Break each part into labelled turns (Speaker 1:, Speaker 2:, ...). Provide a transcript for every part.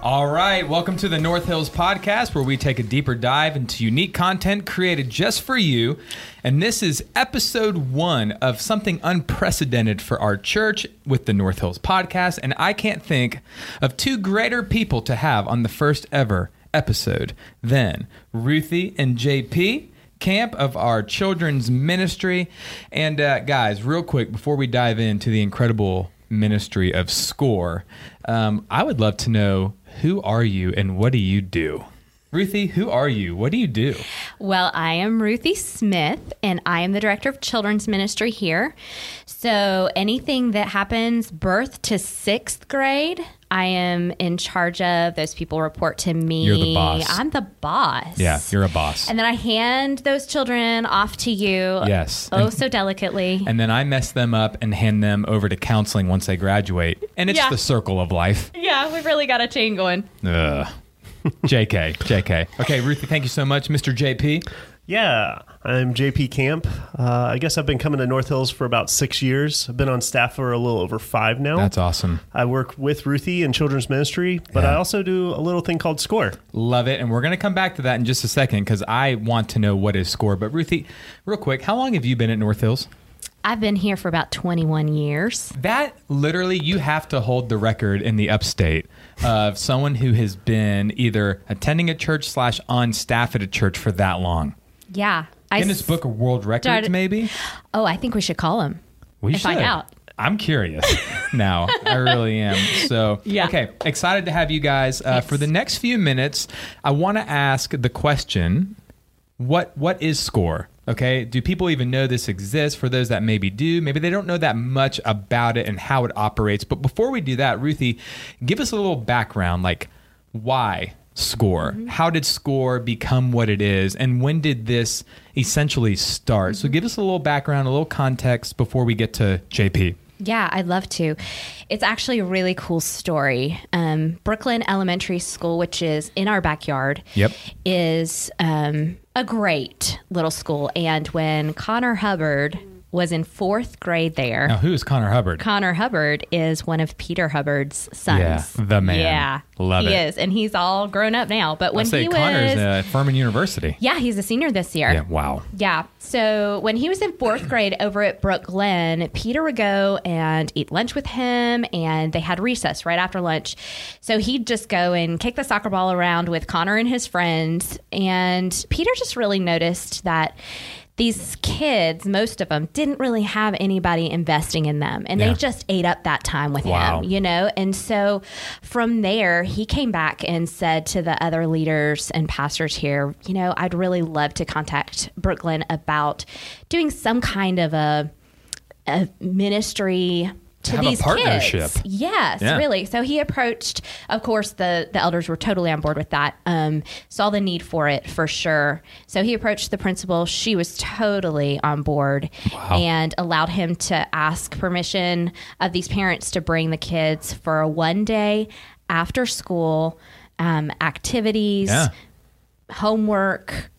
Speaker 1: All right, welcome to the North Hills Podcast, where we take a deeper dive into unique content created just for you. And this is episode one of something unprecedented for our church with the North Hills Podcast. And I can't think of two greater people to have on the first ever episode than Ruthie and JP camp of our children's ministry. And uh, guys, real quick before we dive into the incredible ministry of SCORE, um, I would love to know who are you and what do you do? Ruthie, who are you? What do you do?
Speaker 2: Well, I am Ruthie Smith, and I am the director of children's ministry here. So, anything that happens birth to sixth grade, I am in charge of. Those people report to me.
Speaker 1: You're the boss.
Speaker 2: I'm the boss.
Speaker 1: you're a boss.
Speaker 2: And then I hand those children off to you.
Speaker 1: Yes.
Speaker 2: Oh,
Speaker 1: And-
Speaker 2: so delicately.
Speaker 1: And then I mess them up and hand them over to counseling once they graduate. And it's
Speaker 2: Yeah.
Speaker 1: the circle of life.
Speaker 2: yeah, we've really got a chain going.
Speaker 1: Ugh. JK, JK. Okay, Ruthie, thank you so much. Mr. JP.
Speaker 3: Yeah, I'm JP Camp. Uh, I guess I've been coming to North Hills for about six years. I've been on staff for a little over five now.
Speaker 1: awesome.
Speaker 3: I work with Ruthie in children's ministry, but
Speaker 1: Yeah.
Speaker 3: I also do a little thing called Score.
Speaker 1: Love it. And we're going to come back to that in just a second because I want to know what is score. But Ruthie, real quick, how long have you been at North Hills?
Speaker 2: I've been here for about 21 years.
Speaker 1: That literally, you have to hold the record in the upstate of someone who has been either attending a church slash on staff at a church for that long.
Speaker 2: Yeah. I
Speaker 1: Guinness
Speaker 2: s-
Speaker 1: Book of World Records,
Speaker 2: started-
Speaker 1: maybe?
Speaker 2: Oh, I think we should call him.
Speaker 1: We
Speaker 2: and find out.
Speaker 1: I'm curious now. I really am. So,
Speaker 2: Yeah.
Speaker 1: okay, excited to have you guys. Uh, for the next few minutes, I want to ask the question what what is score okay do people even know this exists for those that maybe do maybe they don't know that much about it and how it operates but before we do that ruthie give us a little background like why score
Speaker 2: Mm-hmm.
Speaker 1: how did score become what it is and when did this essentially start
Speaker 2: Mm-hmm.
Speaker 1: so give us a little background a little context before we get to jp
Speaker 2: Yeah, I'd love to. It's actually a really cool story. Um, Brooklyn Elementary School, which is in our backyard,
Speaker 1: Yep.
Speaker 2: is um, a great little school. And when Connor Hubbard was in fourth grade there,
Speaker 1: now who is connor hubbard
Speaker 2: Connor Hubbard is one of Peter Hubbard's sons.
Speaker 1: Yeah, the man.
Speaker 2: Yeah,
Speaker 1: Love
Speaker 2: he
Speaker 1: it.
Speaker 2: is, and he's all grown up now. But when
Speaker 1: i say
Speaker 2: he
Speaker 1: connor's
Speaker 2: was,
Speaker 1: at furman university
Speaker 2: yeah, he's a senior this year.
Speaker 1: yeah wow
Speaker 2: Yeah. So when he was in fourth grade over at Brook Glen, Peter would go and eat lunch with him, and they had recess right after lunch. So he'd just go and kick the soccer ball around with Connor and his friends. And Peter just really noticed that these kids, most of them, didn't really have anybody investing in them. And
Speaker 1: Yeah.
Speaker 2: they just ate up that time with
Speaker 1: Wow.
Speaker 2: him, you know? And so from there, he came back and said to the other leaders and pastors here, you know, I'd really love to contact Brooklyn about doing some kind of a, a ministry. To
Speaker 1: have a
Speaker 2: these
Speaker 1: partnership.
Speaker 2: kids. yes,
Speaker 1: Yeah.
Speaker 2: really. So he approached. Of course, the the elders were totally on board with that. Um, saw the need for it for sure. So he approached the principal. She was totally on board,
Speaker 1: Wow.
Speaker 2: and allowed him to ask permission of these parents to bring the kids for a one day after school um, activities,
Speaker 1: yeah
Speaker 2: homework,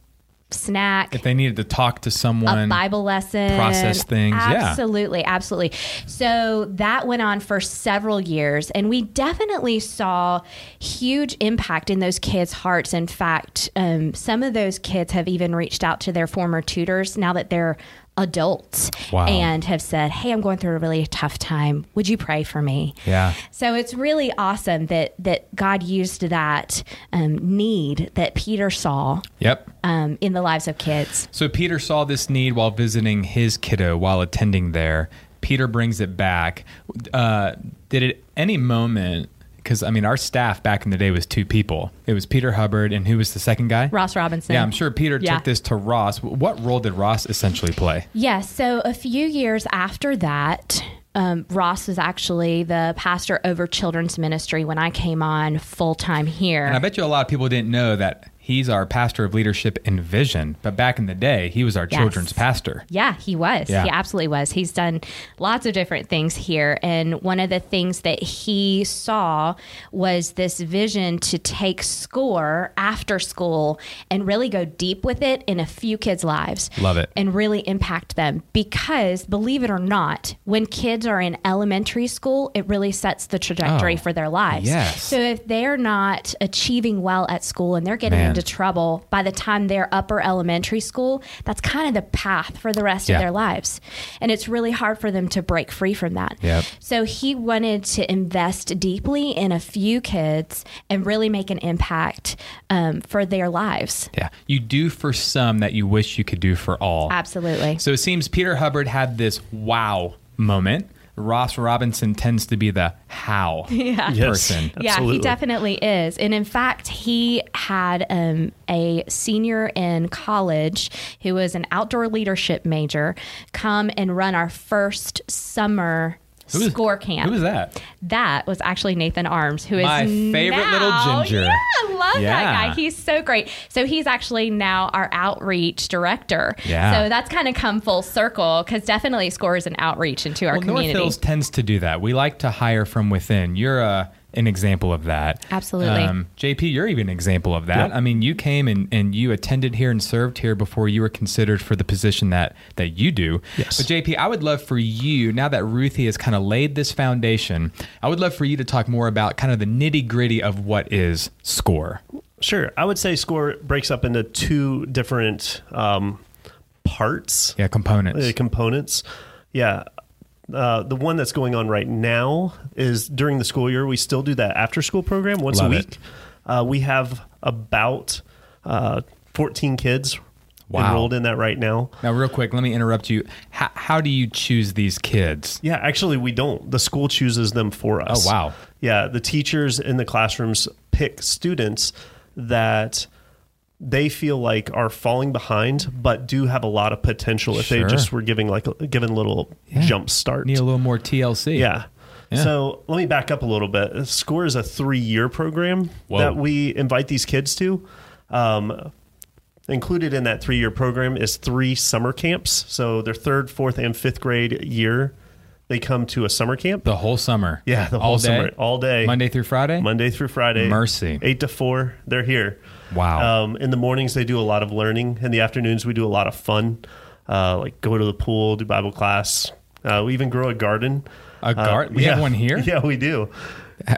Speaker 2: snack.
Speaker 1: if they needed to talk to someone
Speaker 2: a Bible lesson,
Speaker 1: process things, yeah.
Speaker 2: Absolutely, absolutely. So that went on for several years, and we definitely saw huge impact in those kids' hearts. In fact, um, some of those kids have even reached out to their former tutors now that they're adults
Speaker 1: Wow.
Speaker 2: and have said, "Hey, I'm going through a really tough time. Would you pray for me?"
Speaker 1: yeah
Speaker 2: So it's really awesome that that God used that um, need that Peter saw
Speaker 1: yep
Speaker 2: um, in the lives of kids.
Speaker 1: So Peter saw this need while visiting his kiddo while attending there. Peter brings it back. Uh, did at any moment, because I mean, our staff back in the day was two people. It was Peter Hubbard, and who was the second guy?
Speaker 2: Ross Robinson.
Speaker 1: Yeah, I'm sure Peter
Speaker 2: Yeah.
Speaker 1: took this to Ross. W- What role did Ross essentially play?
Speaker 2: Yeah. So a few years after that, um, Ross was actually the pastor over children's ministry when I came on full time here.
Speaker 1: And I bet you a lot of people didn't know that He's our pastor of leadership and vision. But back in the day, he was our
Speaker 2: Yes.
Speaker 1: children's pastor.
Speaker 2: Yeah, he was.
Speaker 1: Yeah.
Speaker 2: He absolutely was. He's done lots of different things here. And one of the things that he saw was this vision to take score after school and really go deep with it in a few kids' lives.
Speaker 1: Love it.
Speaker 2: And really impact them. Because believe it or not, when kids are in elementary school, it really sets the trajectory
Speaker 1: Oh,
Speaker 2: for their lives.
Speaker 1: yes.
Speaker 2: So if they're not achieving well at school and they're getting
Speaker 1: Man.
Speaker 2: into trouble by the time they're upper elementary school, that's kind of the path for the rest
Speaker 1: Yeah.
Speaker 2: of their lives. And it's really hard for them to break free from that.
Speaker 1: Yep.
Speaker 2: So he wanted to invest deeply in a few kids and really make an impact um, for their lives.
Speaker 1: Yeah. You do for some that you wish you could do for all.
Speaker 2: Absolutely.
Speaker 1: So it seems Peter Hubbard had this wow moment. Ross Robinson tends to be the how person.
Speaker 2: Yeah, he
Speaker 3: Absolutely.
Speaker 2: definitely is. And in fact, he had um, a senior in college who was an outdoor leadership major come and run our first summer
Speaker 1: Who was-
Speaker 2: score camp.
Speaker 1: Who was that?
Speaker 2: That was actually Nathan Arms, who is
Speaker 1: My favorite
Speaker 2: now-
Speaker 1: little ginger.
Speaker 2: Yeah, I love
Speaker 1: Yeah.
Speaker 2: that guy. He's so great. So he's actually now our outreach director.
Speaker 1: Yeah.
Speaker 2: So that's kind of come full circle because definitely scores an outreach into our
Speaker 1: Well,
Speaker 2: community.
Speaker 1: North Hills tends to do that. We like to hire from within. You're a, an example of that.
Speaker 2: Absolutely.
Speaker 1: JP, you're even an example of that.
Speaker 3: Yep.
Speaker 1: I mean, you came and, and you attended here and served here before you were considered for the position that, that you do.
Speaker 3: Yes.
Speaker 1: But JP, I would love for you, now that Ruthie has kind of laid this foundation, I would love for you to talk more about kind of the nitty gritty of what is SCORE.
Speaker 3: Sure. I would say score breaks up into two different um, parts,
Speaker 1: Yeah, components.
Speaker 3: uh, components. Yeah. Uh, the one that's going on right now is during the school year. We still do that after school program once
Speaker 1: Love
Speaker 3: a
Speaker 1: it.
Speaker 3: week. Uh, we have about uh, 14 kids
Speaker 1: Wow.
Speaker 3: enrolled in that right now.
Speaker 1: Now, real quick, let me interrupt you. How, how do you choose these kids?
Speaker 3: Yeah, actually, we don't. The school chooses them for us.
Speaker 1: Oh, wow.
Speaker 3: Yeah, the teachers in the classrooms pick students that they feel like are falling behind, but do have a lot of potential if
Speaker 1: Sure.
Speaker 3: they just were giving like a, given little jump start.
Speaker 1: Need a little more TLC.
Speaker 3: Yeah.
Speaker 1: Yeah.
Speaker 3: So let me back up a little bit. SCORE is a three year program
Speaker 1: Whoa.
Speaker 3: that we invite these kids to. Um, included in that three year program is three summer camps. So their third, fourth, and fifth grade year, they come to a summer camp.
Speaker 1: The whole summer.
Speaker 3: yeah, the whole
Speaker 1: All day?
Speaker 3: summer, all day,
Speaker 1: Monday through Friday?
Speaker 3: Monday through Friday.
Speaker 1: Mercy.
Speaker 3: Eight to four, they're here.
Speaker 1: Wow.
Speaker 3: Um, in the mornings, they do a lot of learning. In the afternoons, we do a lot of fun, uh, like go to the pool, do Bible class. Uh, we even grow a garden. Uh,
Speaker 1: A gar- we have one here?
Speaker 3: Yeah, we do.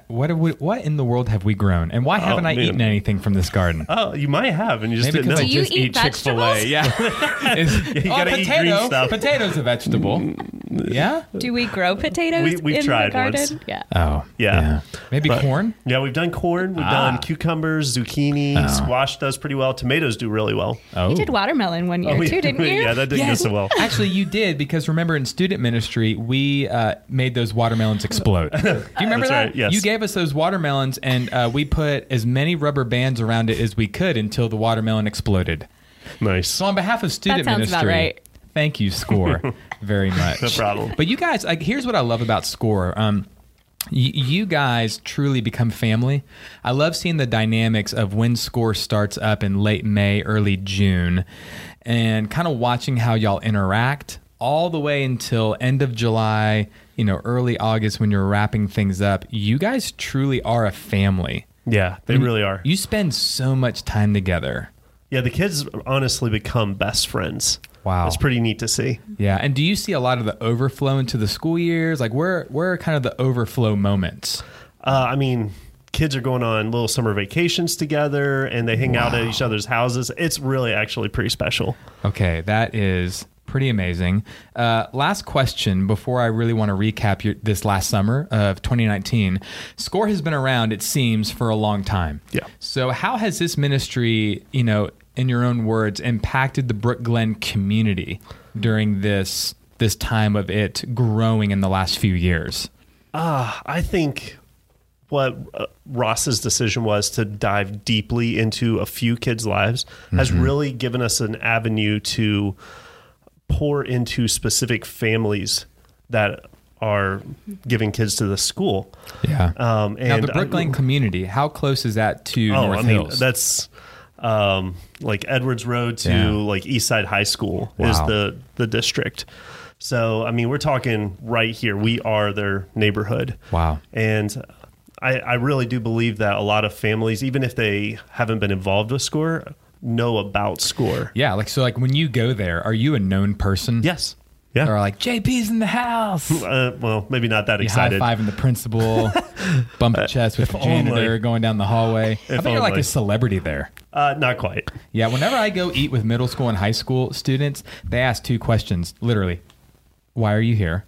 Speaker 1: What have we, what in the world have we grown? And why haven't I
Speaker 3: Oh, man.
Speaker 1: eaten anything from this garden?
Speaker 3: Oh, you might have, and you just
Speaker 1: Maybe
Speaker 3: didn't
Speaker 1: because
Speaker 3: know.
Speaker 1: I
Speaker 2: Do you
Speaker 1: just
Speaker 2: eat
Speaker 1: eat Chick Fil A.
Speaker 2: vegetables?
Speaker 1: Yeah, It's-
Speaker 3: you
Speaker 1: oh,
Speaker 3: gotta eat green
Speaker 1: potato.
Speaker 3: stuff. Mm.
Speaker 1: Potatoes a vegetable. yeah.
Speaker 2: Do we grow potatoes
Speaker 3: We- we've
Speaker 2: in
Speaker 3: tried
Speaker 2: the garden?
Speaker 3: once.
Speaker 2: Yeah.
Speaker 1: Oh.
Speaker 3: Yeah.
Speaker 1: Maybe
Speaker 3: But-
Speaker 1: corn.
Speaker 3: Yeah, we've done corn, we've
Speaker 1: Ah.
Speaker 3: done cucumbers, zucchini, squash does pretty well. Tomatoes do really well.
Speaker 1: Oh.
Speaker 2: You did watermelon one year
Speaker 3: Oh, we-
Speaker 2: too, didn't you?
Speaker 3: yeah, that didn't
Speaker 1: Yes.
Speaker 3: go so well.
Speaker 1: Actually, you did because remember in student ministry we uh, made those watermelons explode. Do you remember
Speaker 3: That's
Speaker 1: that?
Speaker 3: right, yes.
Speaker 1: You gave us those watermelons, and uh, we put as many rubber bands around it as we could until the watermelon exploded.
Speaker 3: Nice.
Speaker 1: So on behalf of student
Speaker 2: sounds
Speaker 1: ministry,
Speaker 2: about right.
Speaker 1: thank you, Score, very much.
Speaker 3: No problem.
Speaker 1: But you guys, like, here's what I love about Score. Um, y- you guys truly become family. I love seeing the dynamics of when Score starts up in late May, early June, and kind of watching how y'all interact all the way until end of July, you know, early August when you're wrapping things up. You guys truly are a family.
Speaker 3: Yeah, they really are.
Speaker 1: You spend so much time together.
Speaker 3: Yeah, the kids honestly become best friends.
Speaker 1: Wow.
Speaker 3: It's pretty neat to see.
Speaker 1: Yeah, and do you see a lot of the overflow into the school years? Like, where where are kind of the overflow moments?
Speaker 3: Uh, I mean, kids are going on little summer vacations together and they hang out at each other's houses. It's really actually pretty special.
Speaker 1: Okay, that is pretty amazing. Uh, last question before I really want to recap your, this last summer of 2019. Score has been around, it seems, for a long time.
Speaker 3: Yeah.
Speaker 1: So, how has this ministry, you know, in your own words, impacted the Brook Glen community during this this time of it growing in the last few years?
Speaker 3: I think what uh, Ross's decision was to dive deeply into a few kids' lives has
Speaker 1: Mm-hmm.
Speaker 3: really given us an avenue to pour into specific families that are giving kids to the school.
Speaker 1: Yeah.
Speaker 3: Um, and
Speaker 1: now, the
Speaker 3: I-
Speaker 1: Brooklyn community, how close is that to North
Speaker 3: Oh, I mean,
Speaker 1: Hills?
Speaker 3: That's um, like Edwards Road to
Speaker 1: Yeah.
Speaker 3: like East Side High School is
Speaker 1: Wow.
Speaker 3: the the district. So I mean, we're talking right here. We are their neighborhood.
Speaker 1: Wow.
Speaker 3: And I, I really do believe that a lot of families, even if they haven't been involved with SCORE, know about SCORE.
Speaker 1: Yeah, like so like when you go there, are you a known person?
Speaker 3: Yes. Yeah.
Speaker 1: Or like JP's in the house.
Speaker 3: Uh, well, maybe not that
Speaker 1: You high
Speaker 3: excited.
Speaker 1: fiving the principal, bumping chest with the janitor,
Speaker 3: only.
Speaker 1: going down the hallway. I think you're like
Speaker 3: only.
Speaker 1: a celebrity there.
Speaker 3: Uh, not quite.
Speaker 1: Yeah, whenever I go eat with middle school and high school students, they ask two questions literally Why are you here?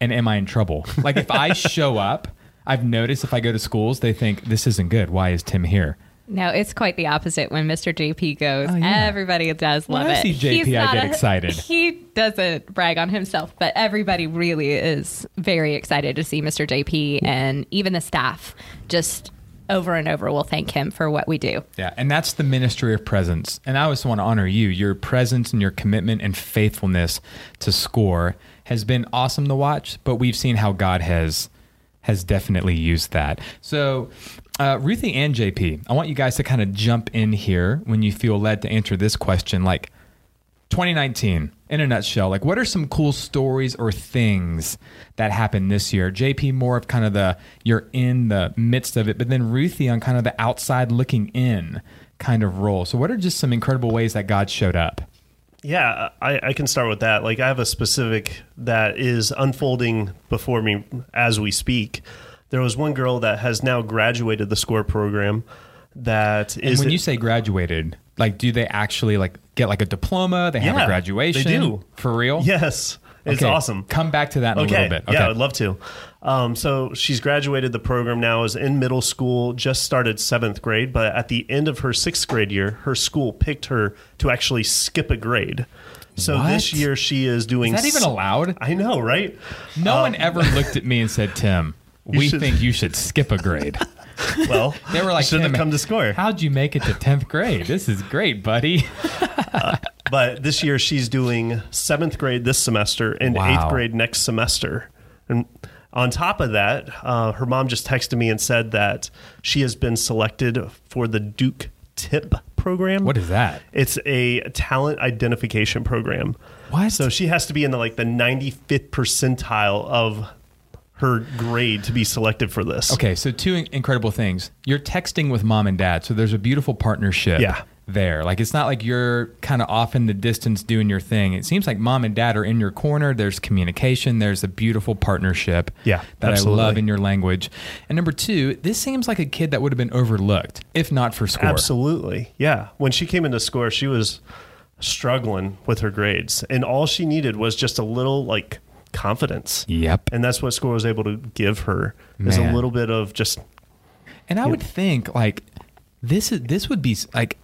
Speaker 1: And am I in trouble? Like, if I show up, I've noticed if I go to schools, they think, This isn't good. Why is Tim here?
Speaker 2: No, it's quite the opposite when Mr. JP goes.
Speaker 1: Oh, yeah.
Speaker 2: Everybody does
Speaker 1: When
Speaker 2: love
Speaker 1: I
Speaker 2: it.
Speaker 1: see JP, I
Speaker 2: not
Speaker 1: get excited.
Speaker 2: He doesn't brag on himself, but everybody really is very excited to see Mr. JP and even the staff just over and over will thank him for what we do.
Speaker 1: Yeah, and that's the ministry of presence. And I also want to honor you. Your presence and your commitment and faithfulness to score has been awesome to watch, but we've seen how God has has definitely used that. So, uh, Ruthie and JP, I want you guys to kind of jump in here when you feel led to answer this question. Like 2019, in a nutshell, like what are some cool stories or things that happened this year? JP, more of kind of the you're in the midst of it, but then Ruthie on kind of the outside looking in kind of role. So, what are just some incredible ways that God showed up?
Speaker 3: Yeah, I, I can start with that. Like, I have a specific that is unfolding before me as we speak. There was one girl that has now graduated the SCORE program. That
Speaker 1: And
Speaker 3: is
Speaker 1: when you say graduated, like do they actually like get like a diploma? They have
Speaker 3: Yeah,
Speaker 1: a
Speaker 3: they
Speaker 1: graduation?
Speaker 3: do.
Speaker 1: For real?
Speaker 3: Yes, it's
Speaker 1: Okay,
Speaker 3: awesome.
Speaker 1: Come back to that in a little bit.
Speaker 3: Yeah, I'd love to. Um, so she's graduated the program now, is in middle school, just started seventh grade, but at the end of her sixth grade year, her school picked her to actually skip a grade. So
Speaker 1: What?
Speaker 3: this year she is doing.
Speaker 1: Is that even
Speaker 3: s-
Speaker 1: allowed?
Speaker 3: I know, right?
Speaker 1: No one ever looked at me and said, Tim,
Speaker 3: um, You
Speaker 1: we
Speaker 3: should-
Speaker 1: think you should skip a grade.
Speaker 3: Well,
Speaker 1: They were like,
Speaker 3: shouldn't
Speaker 1: "Tim,
Speaker 3: have come to score.
Speaker 1: How'd you make it to 10th grade? This is great, buddy.
Speaker 3: but this year she's doing seventh grade this semester and
Speaker 1: Wow.
Speaker 3: eighth grade next semester. And on top of that, uh, her mom just texted me and said that she has been selected for the Duke Tip program.
Speaker 1: What is that?
Speaker 3: It's a talent identification program.
Speaker 1: What?
Speaker 3: So she has to be in the like the 95th percentile of her grade to be selected for this.
Speaker 1: Okay, so two in- incredible things. You're texting with mom and dad, so there's a beautiful partnership
Speaker 3: Yeah.
Speaker 1: there. Like it's not like you're kind of off in the distance doing your thing. It seems like mom and dad are in your corner. There's communication, there's a beautiful partnership
Speaker 3: Yeah,
Speaker 1: that
Speaker 3: absolutely.
Speaker 1: I love in your language. And number 2, this seems like a kid that would have been overlooked if not for score.
Speaker 3: Absolutely. Yeah. When she came into score, she was struggling with her grades, and all she needed was just a little like confidence.
Speaker 1: Yep.
Speaker 3: And that's what score was able to give her is a
Speaker 1: Man.
Speaker 3: little bit of just
Speaker 1: And I would think like this is this would be s- like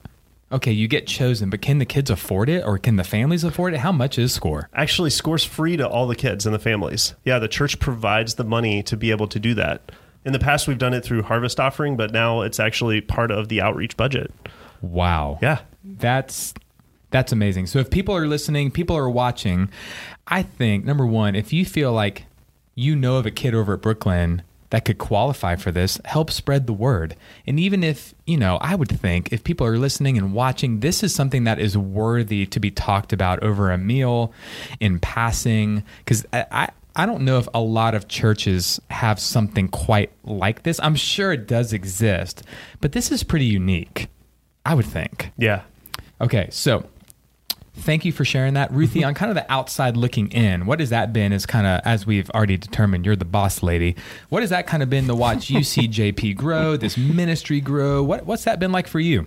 Speaker 1: okay, you get chosen, but can the kids afford it or can the families afford it? How much is score?
Speaker 3: actually scores free to all the kids and the families. Yeah, the church provides the money to be able to do that. In the past, we've done it through harvest offering, but now it's actually part of the outreach budget.
Speaker 1: Wow.
Speaker 3: Yeah.
Speaker 1: That's that's amazing. So if people are listening, people are watching, I think number 1, if you feel like you know of a kid over at Brooklyn that could qualify for this, help spread the word. And even if, you know, I would think if people are listening and watching, this is something that is worthy to be talked about over a meal, in passing, because I, I I don't know if a lot of churches have something quite like this. I'm sure it does exist, but this is pretty unique, I would think.
Speaker 3: Yeah.
Speaker 1: Okay, so thank you for sharing that,
Speaker 2: Mm-hmm.
Speaker 1: Ruthie. on kind of the outside looking in, what has that been? As kind of as we've already determined, you're the boss lady. What has that kind of been to watch you see JP grow, this ministry grow? What what's that been like for you?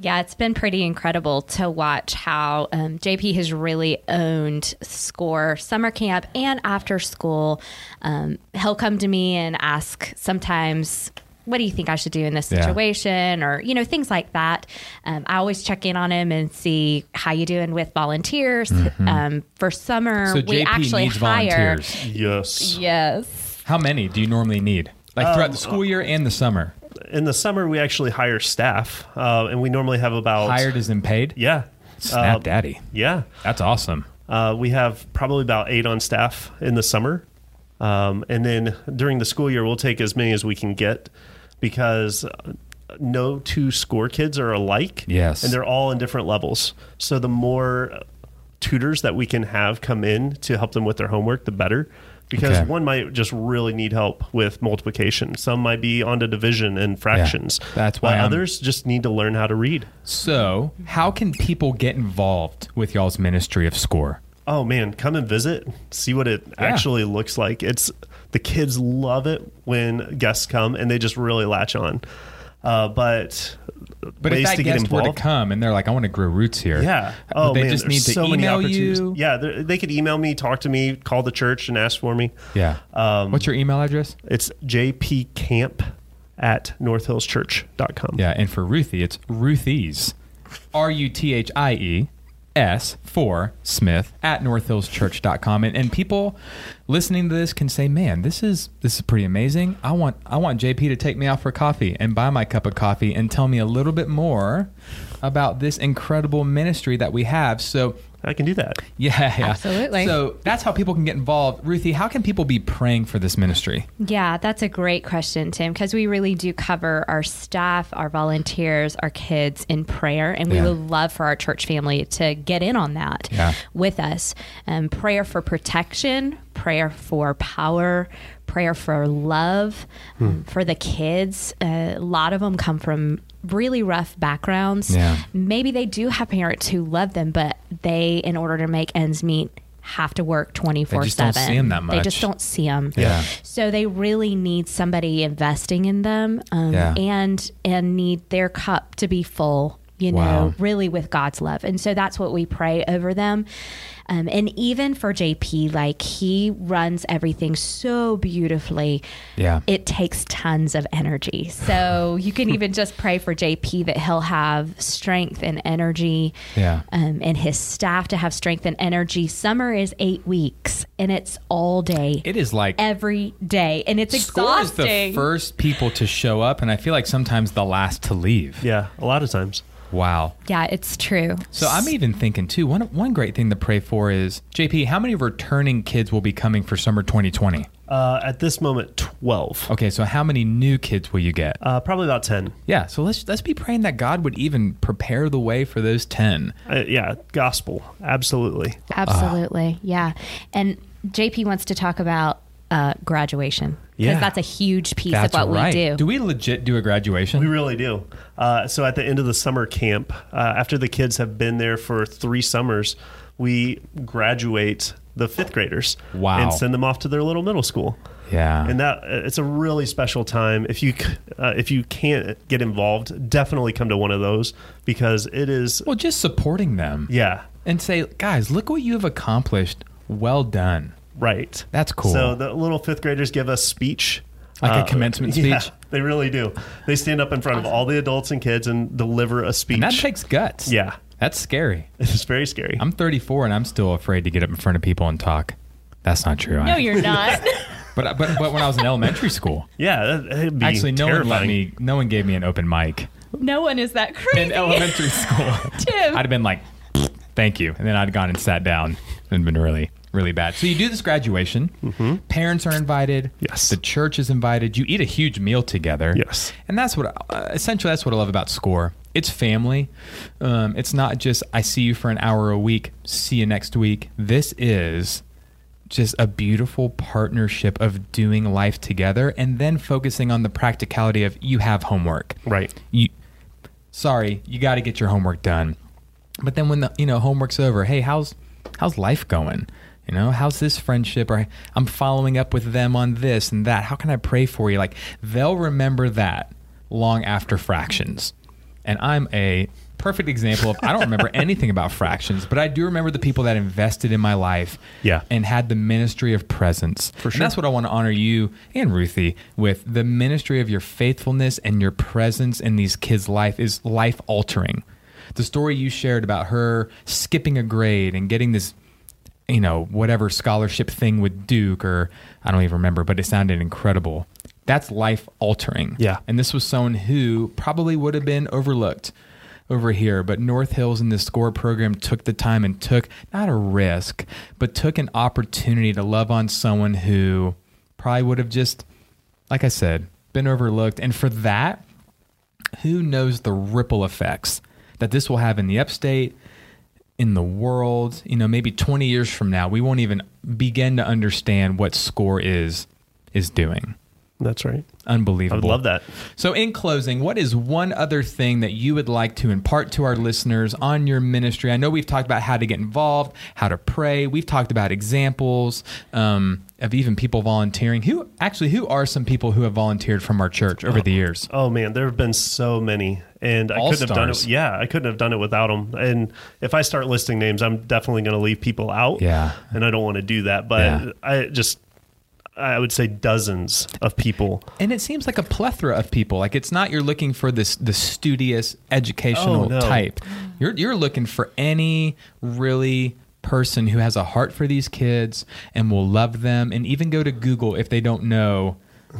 Speaker 2: Yeah, it's been pretty incredible to watch how um, JP has really owned SCORE summer camp and after school. Um, he'll come to me and ask sometimes, what do you think I should do in this
Speaker 1: Yeah.
Speaker 2: situation? Or, you know, things like that. Um, I always check in on him and see how you doing with volunteers. Um, for summer,
Speaker 1: Mm-hmm. So
Speaker 2: we
Speaker 1: JP
Speaker 2: actually
Speaker 1: needs
Speaker 2: hire.
Speaker 1: volunteers.
Speaker 3: Yes.
Speaker 2: Yes.
Speaker 1: How many do you normally need?
Speaker 2: Uh,
Speaker 1: Like throughout the school year and the summer,
Speaker 3: In the summer, we actually hire staff, uh, and we normally have about
Speaker 1: hired as in paid.
Speaker 3: Yeah.
Speaker 1: Snap,
Speaker 3: Uh,
Speaker 2: Um,
Speaker 1: daddy.
Speaker 3: yeah.
Speaker 1: That's awesome.
Speaker 3: Uh, we have probably about eight on staff in the summer. Um, and then during the school year, we'll take as many as we can get because no two score kids are alike.
Speaker 1: Yes.
Speaker 3: And they're all in different levels. So the more tutors that we can have come in to help them with their homework, the better. Because
Speaker 1: Okay.
Speaker 3: one might just really need help with multiplication. Some might be onto division and fractions.
Speaker 1: That's
Speaker 3: But
Speaker 1: why I'm-
Speaker 3: others just need to learn how to read.
Speaker 1: So, how can people get involved with y'all's Ministry of Score?
Speaker 3: Oh man, come and visit, see what it actually looks like. It's the kids love it when guests come and they just really latch on. Uh, but
Speaker 1: But
Speaker 3: ways
Speaker 1: if
Speaker 3: to
Speaker 1: that
Speaker 3: get
Speaker 1: guest were to
Speaker 3: involved.
Speaker 1: come and they're like, I want to grow roots here.
Speaker 3: yeah. Oh,
Speaker 1: Would they
Speaker 3: man,
Speaker 1: just
Speaker 3: there's
Speaker 1: need to email you?
Speaker 3: Yeah, they they could email me, talk to me, call the church and ask for me.
Speaker 1: Yeah.
Speaker 3: Um,
Speaker 1: What's your email address?
Speaker 3: It's jpcamp at northhillschurch.com.
Speaker 1: Yeah, and for Ruthie, it's Ruthie's, R U T H I E S for Smith at northhillschurch.com. And, and people listening to this can say, "Man, this is this is pretty amazing. I want I want JP to take me out for coffee and buy my cup of coffee and tell me a little bit more about this incredible ministry that we have." So.
Speaker 3: I can do that.
Speaker 1: Yeah, yeah.
Speaker 2: Absolutely.
Speaker 1: So that's how people can get involved. Ruthie, how can people be praying for this ministry?
Speaker 2: Yeah, that's a great question, Tim, because we really do cover our staff, our volunteers, our kids in prayer, and we
Speaker 1: Yeah.
Speaker 2: would love for our church family to get in on that
Speaker 1: Yeah.
Speaker 2: with us. Um, prayer for protection, prayer for power, prayer for love
Speaker 1: Hmm.
Speaker 2: um, for the kids. Uh, a lot of them come from really rough backgrounds.
Speaker 1: Yeah.
Speaker 2: Maybe they do have parents who love them, but they, in order to make ends meet, have to work 24 7.
Speaker 1: see 'em that
Speaker 2: They just
Speaker 1: much.
Speaker 2: don't don't see them.
Speaker 1: Yeah.
Speaker 2: So they really need somebody investing in them, um,
Speaker 1: Yeah.
Speaker 2: and and need their cup to be full. You know,
Speaker 1: Wow.
Speaker 2: really with God's love, and so that's what we pray over them. Um, and even for JP, like he runs everything so beautifully.
Speaker 1: Yeah.
Speaker 2: It takes tons of energy. So you can even just pray for JP that he'll have strength and energy
Speaker 1: Yeah.
Speaker 2: um, and his staff to have strength and energy. Summer is eight weeks and it's all day,
Speaker 1: It is like
Speaker 2: every day, and it's
Speaker 1: Score is the
Speaker 2: exhausting.
Speaker 1: first people to show up, and I feel like sometimes the last to leave.
Speaker 3: Yeah, a lot of times.
Speaker 1: Wow.
Speaker 2: yeah, it's true.
Speaker 1: So I'm even thinking too. One one great thing to pray for is JP. How many returning kids will be coming for summer 2020?
Speaker 3: Uh, at this moment, 12.
Speaker 1: Okay, so how many new kids will you get?
Speaker 3: Uh, probably about 10.
Speaker 1: Yeah. So let's let's be praying that God would even prepare the way for those 10.
Speaker 3: Uh, yeah, gospel. Absolutely.
Speaker 2: Absolutely. yeah. And JP wants to talk about uh, graduation because
Speaker 3: Yeah.
Speaker 2: that's a huge piece
Speaker 1: That's
Speaker 2: of what
Speaker 1: right.
Speaker 2: we do.
Speaker 1: we legit do a graduation?
Speaker 3: We really do. Uh, so at the end of the summer camp, uh, after the kids have been there for three summers, we graduate the fifth graders.
Speaker 1: Wow.
Speaker 3: And send them off to their little middle school.
Speaker 1: yeah.
Speaker 3: And that uh, it's a really special time. If you c- uh, if you can't get involved, definitely come to one of those because it is
Speaker 1: well, just supporting them.
Speaker 3: yeah
Speaker 1: And say, guys, look what you have accomplished. Well done.
Speaker 3: right.
Speaker 1: That's cool.
Speaker 3: So the little fifth graders give us speech. Uh,
Speaker 1: Like a commencement
Speaker 3: yeah,
Speaker 1: speech?
Speaker 3: they really do. They stand up in front of all the adults and kids and deliver a speech.
Speaker 1: And that takes guts.
Speaker 3: Yeah.
Speaker 1: That's scary.
Speaker 3: it's very scary.
Speaker 1: I'm 34 and I'm still afraid to get up in front of people and talk. That's not true.
Speaker 2: no, you're not.
Speaker 1: But, but but when I was in elementary school,
Speaker 3: Yeah, that, that'd be
Speaker 1: actually no
Speaker 3: terrifying.
Speaker 1: one let me. No one gave me an open mic
Speaker 2: no one is that crazy.
Speaker 1: in elementary school.
Speaker 2: Tim.
Speaker 1: I'd have been like, "Thank you," and then I'd gone and sat down and been really really bad. So you do this graduation. Parents are invited.
Speaker 3: Mm-hmm. Yes.
Speaker 1: The church is invited. You eat a huge meal together.
Speaker 3: Yes.
Speaker 1: And that's what uh, essentially that's what I love about Score. It's family. Um, it's not just I see you for an hour a week. See you next week. This is just a beautiful partnership of doing life together and then focusing on the practicality of you have homework.
Speaker 3: Right.
Speaker 1: You sorry, you got to get your homework done. But then when the, you know, homework's over, hey, how's how's life going? You know, how's this friendship or I'm following up with them on this and that. How can I pray for you? Like they'll remember that long after fractions. And I'm a perfect example of I don't remember anything about fractions, but I do remember the people that invested in my life
Speaker 3: Yeah.
Speaker 1: and had the ministry of presence. For
Speaker 3: sure.
Speaker 1: that's what I want to honor you and Ruthie with the ministry of your faithfulness and your presence in these kids' life is life altering. The story you shared about her skipping a grade and getting this, you know, whatever scholarship thing with Duke or I don't even remember, but it sounded incredible. That's life altering.
Speaker 3: Yeah.
Speaker 1: And this was someone who probably would have been overlooked over here, but North Hills in the SCORE program took the time and took not a risk, but took an opportunity to love on someone who probably would have just, like I said, been overlooked. And for that, who knows the ripple effects that this will have in the upstate, in the world. You know, maybe 20 years from now, we won't even begin to understand what score is is doing.
Speaker 3: That's right. I would
Speaker 1: Unbelievable.
Speaker 3: love that.
Speaker 1: So, in closing, what is one other thing that you would like to impart to our listeners on your ministry? I know we've talked about how to get involved, how to pray. We've talked about examples um, of even people volunteering. Who actually, who are some people who have volunteered from our church over the years?
Speaker 3: Oh man, there have been so many, and I
Speaker 1: All
Speaker 3: couldn't have done it.
Speaker 1: stars.
Speaker 3: Yeah, I couldn't have done it without them. And if I start listing names, I'm definitely going to leave people out.
Speaker 1: Yeah.
Speaker 3: and I don't want to do that. But
Speaker 1: Yeah.
Speaker 3: I just, I would say dozens of people.
Speaker 1: And it seems like a plethora of people. Like it's not you're looking for this the studious educational
Speaker 3: Oh, no.
Speaker 1: type. You're you're looking for any really person who has a heart for these kids and will love them and even go to Google if they don't know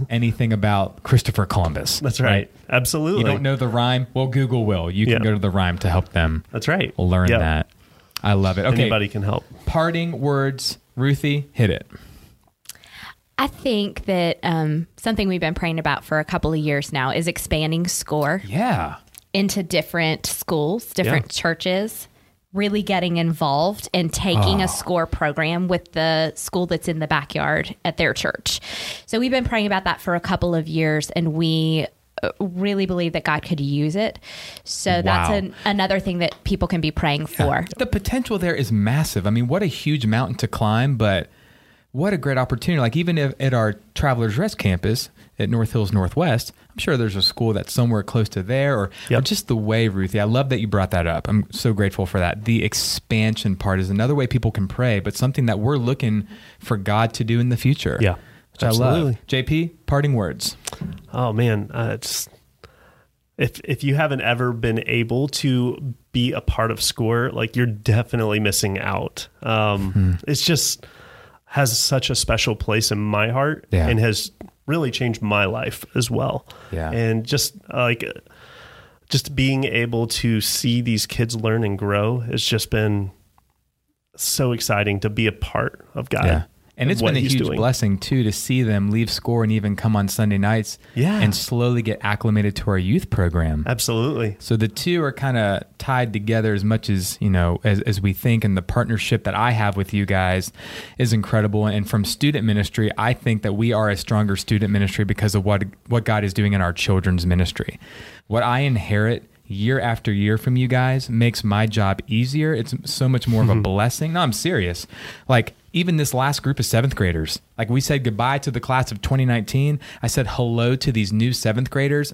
Speaker 1: anything about Christopher Columbus.
Speaker 3: That's right. Absolutely.
Speaker 1: You don't know the rhyme? Well, Google will. You can
Speaker 3: Yeah.
Speaker 1: go to the rhyme to help them
Speaker 3: That's right.
Speaker 1: learn
Speaker 3: Yeah.
Speaker 1: that. I love it. Okay.
Speaker 3: Anybody can help.
Speaker 1: Parting words, Ruthie, hit it.
Speaker 2: I think that um, something we've been praying about for a couple of years now is expanding SCORE
Speaker 1: Yeah.
Speaker 2: into different schools, different
Speaker 3: Yeah.
Speaker 2: churches, really getting involved and
Speaker 1: Ah.
Speaker 2: taking a SCORE program with the school that's in the backyard at their church. So we've been praying about that for a couple of years and we uh, really believe that God could use it. So that's
Speaker 1: Wow.
Speaker 2: an, another thing that people can be praying for.
Speaker 1: The potential there is massive. I mean, what a huge mountain to climb, but what a great opportunity. Like, even if, at our Travelers Rest campus at North Hills Northwest, I'm sure there's a school that's somewhere close to there, or, or
Speaker 3: Yep.
Speaker 1: just the way, Ruthie. I love that you brought that up. I'm so grateful for that. The expansion part is another way people can pray, but something that we're looking for God to do in the future.
Speaker 3: Yeah,
Speaker 1: Which I
Speaker 3: absolutely.
Speaker 1: love. JP, parting words.
Speaker 3: Oh man, uh, it's if if you haven't ever been able to be a part of score, like you're definitely missing out. Um,
Speaker 1: Hmm.
Speaker 3: It's just has such a special place in my heart
Speaker 1: Yeah.
Speaker 3: and has really changed my life as well.
Speaker 1: Yeah.
Speaker 3: and just uh, like uh, just being able to see these kids learn and grow has just been so exciting to be a part of God.
Speaker 1: And it's
Speaker 3: what
Speaker 1: been a
Speaker 3: he's
Speaker 1: huge
Speaker 3: doing.
Speaker 1: blessing too to see them leave score and even come on Sunday nights
Speaker 3: Yeah.
Speaker 1: and slowly get acclimated to our youth program.
Speaker 3: Absolutely.
Speaker 1: So the two are kind of tied together as much as, you know, as, as we think and the partnership that I have with you guys is incredible. And from student ministry, I think that we are a stronger student ministry because of what what God is doing in our children's ministry. What I inherit year after year from you guys makes my job easier. It's so much more of a blessing. No, I'm serious. Like even this last group of seventh graders, like we said goodbye to the class of 2019. I said hello to these new seventh graders.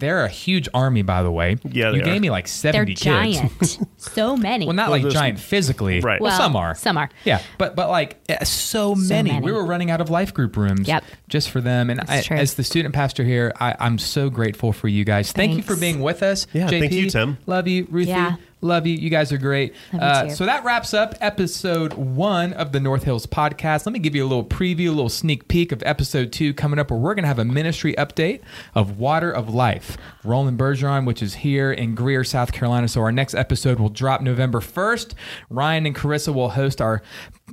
Speaker 1: They're a huge army, by the way.
Speaker 3: Yeah,
Speaker 1: you
Speaker 3: they
Speaker 1: gave
Speaker 3: are.
Speaker 1: me like
Speaker 2: They're
Speaker 1: seventy kids.
Speaker 2: giant. so many.
Speaker 1: Well, not
Speaker 3: Well,
Speaker 1: like
Speaker 3: there's-
Speaker 1: giant physically.
Speaker 3: Right.
Speaker 1: Well,
Speaker 2: Well,
Speaker 1: some are.
Speaker 2: some are.
Speaker 1: Yeah, but but like eh, so, many.
Speaker 2: many.
Speaker 1: We were running out of life group rooms.
Speaker 2: Yep.
Speaker 1: Just for them. And I,
Speaker 2: That's true.
Speaker 1: as the student pastor here, I, I'm so grateful for you guys. Thank you for
Speaker 2: Thanks.
Speaker 1: being with us.
Speaker 3: Yeah,
Speaker 1: JP,
Speaker 3: thank you, Tim.
Speaker 1: Love you, Ruthie.
Speaker 2: Yeah.
Speaker 1: Love you. You guys are great.
Speaker 2: Love you too.
Speaker 1: Uh, so that wraps up episode one of the North Hills podcast. Let me give you a little preview, a little sneak peek of episode two coming up, where we're going to have a ministry update of Water of Life, Roland Bergeron, which is here in Greer, South Carolina. So our next episode will drop November 1st. Ryan and Carissa will host our,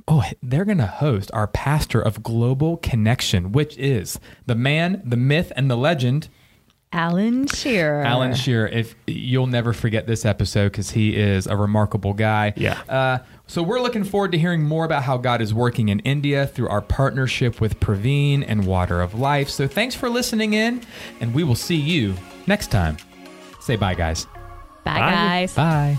Speaker 1: oh, they're going to host our pastor of Global Connection, which is the man, the myth, and the legend.
Speaker 2: Alan Shearer.
Speaker 1: Alan Shearer. If you'll never forget this episode because he is a remarkable guy.
Speaker 3: Yeah.
Speaker 1: Uh, so we're looking forward to hearing more about how God is working in India through our partnership with Praveen and Water of Life. So thanks for listening in, and we will see you next time. Say bye, guys.
Speaker 2: Bye,
Speaker 3: Bye.
Speaker 2: guys.
Speaker 1: Bye.